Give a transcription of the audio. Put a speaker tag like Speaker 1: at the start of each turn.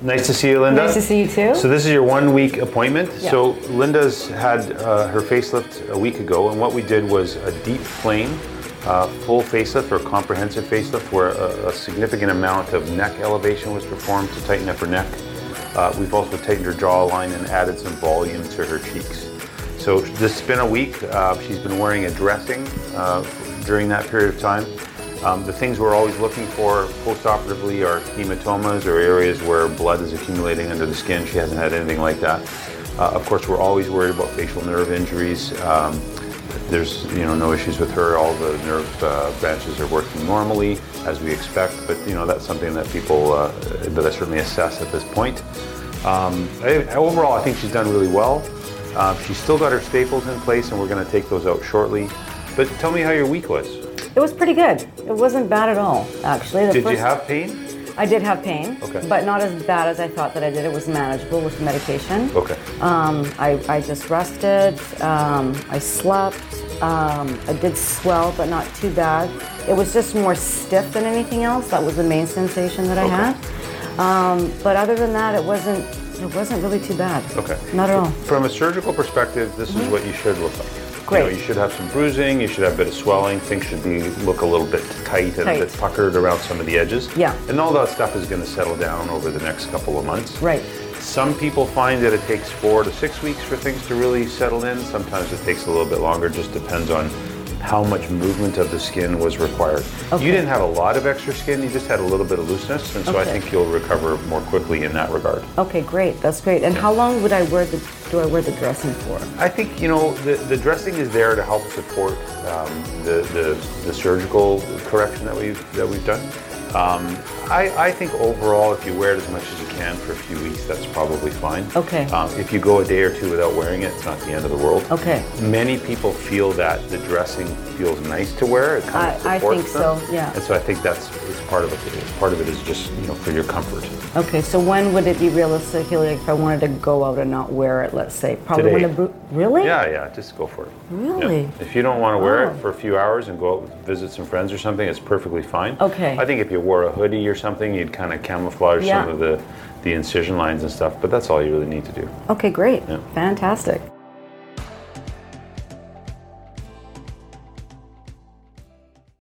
Speaker 1: Nice to see you, Linda.
Speaker 2: Nice to see you too.
Speaker 1: So this is your one-week appointment.
Speaker 2: Yeah.
Speaker 1: So Linda's had uh, her facelift a week ago, and what we did was a deep flame, uh, full facelift or comprehensive facelift, where a, a significant amount of neck elevation was performed to tighten up her neck. Uh, we've also tightened her jawline and added some volume to her cheeks. So this has been a week. Uh, she's been wearing a dressing uh, during that period of time. Um, the things we're always looking for postoperatively are hematomas or areas where blood is accumulating under the skin. She hasn't had anything like that. Uh, of course, we're always worried about facial nerve injuries. Um, there's you know no issues with her. All the nerve uh, branches are working normally as we expect. But you know that's something that people uh, that I certainly assess at this point. Um, I- I- overall, I think she's done really well. Uh, she's still got her staples in place, and we're going to take those out shortly. But tell me how your week was.
Speaker 2: It was pretty good. It wasn't bad at all, actually. The
Speaker 1: Did you
Speaker 2: first-
Speaker 1: have pain?
Speaker 2: I did have pain,
Speaker 1: Okay.
Speaker 2: but not as bad as I thought that I did. It was manageable with medication.
Speaker 1: Okay.
Speaker 2: Um, I, I just rested. Um, I slept. Um, I did swell, but not too bad. It was just more stiff than anything else. That was the main sensation that I
Speaker 1: Okay.
Speaker 2: had. Um, but other than that, it wasn't. It wasn't really too bad.
Speaker 1: Okay.
Speaker 2: Not at all. Mm-hmm.
Speaker 1: From a surgical perspective, this is what you should look like. You, know,
Speaker 2: Great.
Speaker 1: you should have some bruising. You should have a bit of swelling. Things should be look a little bit tight and a bit
Speaker 2: Tight.
Speaker 1: puckered around some of the edges.
Speaker 2: Yeah.
Speaker 1: And all that stuff is going to settle down over the next couple of months.
Speaker 2: Right.
Speaker 1: Some people find that it takes four to six weeks for things to really settle in. Sometimes it takes a little bit longer. Just depends on how much movement of the skin was required.
Speaker 2: Okay.
Speaker 1: You didn't have a lot of extra skin. You just had a little bit of looseness, and so I
Speaker 2: Okay.
Speaker 1: think you'll recover more quickly in that regard.
Speaker 2: Okay, great. That's great. And how long would I wear the? Do I wear the dressing for?
Speaker 1: I think you know the, the dressing is there to help support um, the, the the surgical correction that we've that we've done. Um, I, I think overall, if you wear it as much as you can for a few weeks, that's probably fine.
Speaker 2: Okay.
Speaker 1: Um, if you go a day or two without wearing it, it's not the end of the world.
Speaker 2: Okay.
Speaker 1: Many people feel that the dressing feels nice to wear. It kind of
Speaker 2: I- I think
Speaker 1: supports them.
Speaker 2: so, yeah.
Speaker 1: And so I think that's it's part of it. Part of it is just you know for your comfort.
Speaker 2: Okay, so when would it be realistic, like, if I wanted to go out and not wear it? Let's say probably when the
Speaker 1: Today.
Speaker 2: bru- really.
Speaker 1: Yeah, yeah, just go for it.
Speaker 2: Really?
Speaker 1: Yeah. If you don't want to wear
Speaker 2: Oh.
Speaker 1: it for a few hours and go out and visit some friends or something, it's perfectly fine.
Speaker 2: Okay.
Speaker 1: I think if you wore a hoodie or something, you'd kind of camouflage
Speaker 2: Yeah.
Speaker 1: some of the, the incision lines and stuff, but that's all you really need to do.
Speaker 2: Okay, great.
Speaker 1: Yeah.
Speaker 2: Fantastic.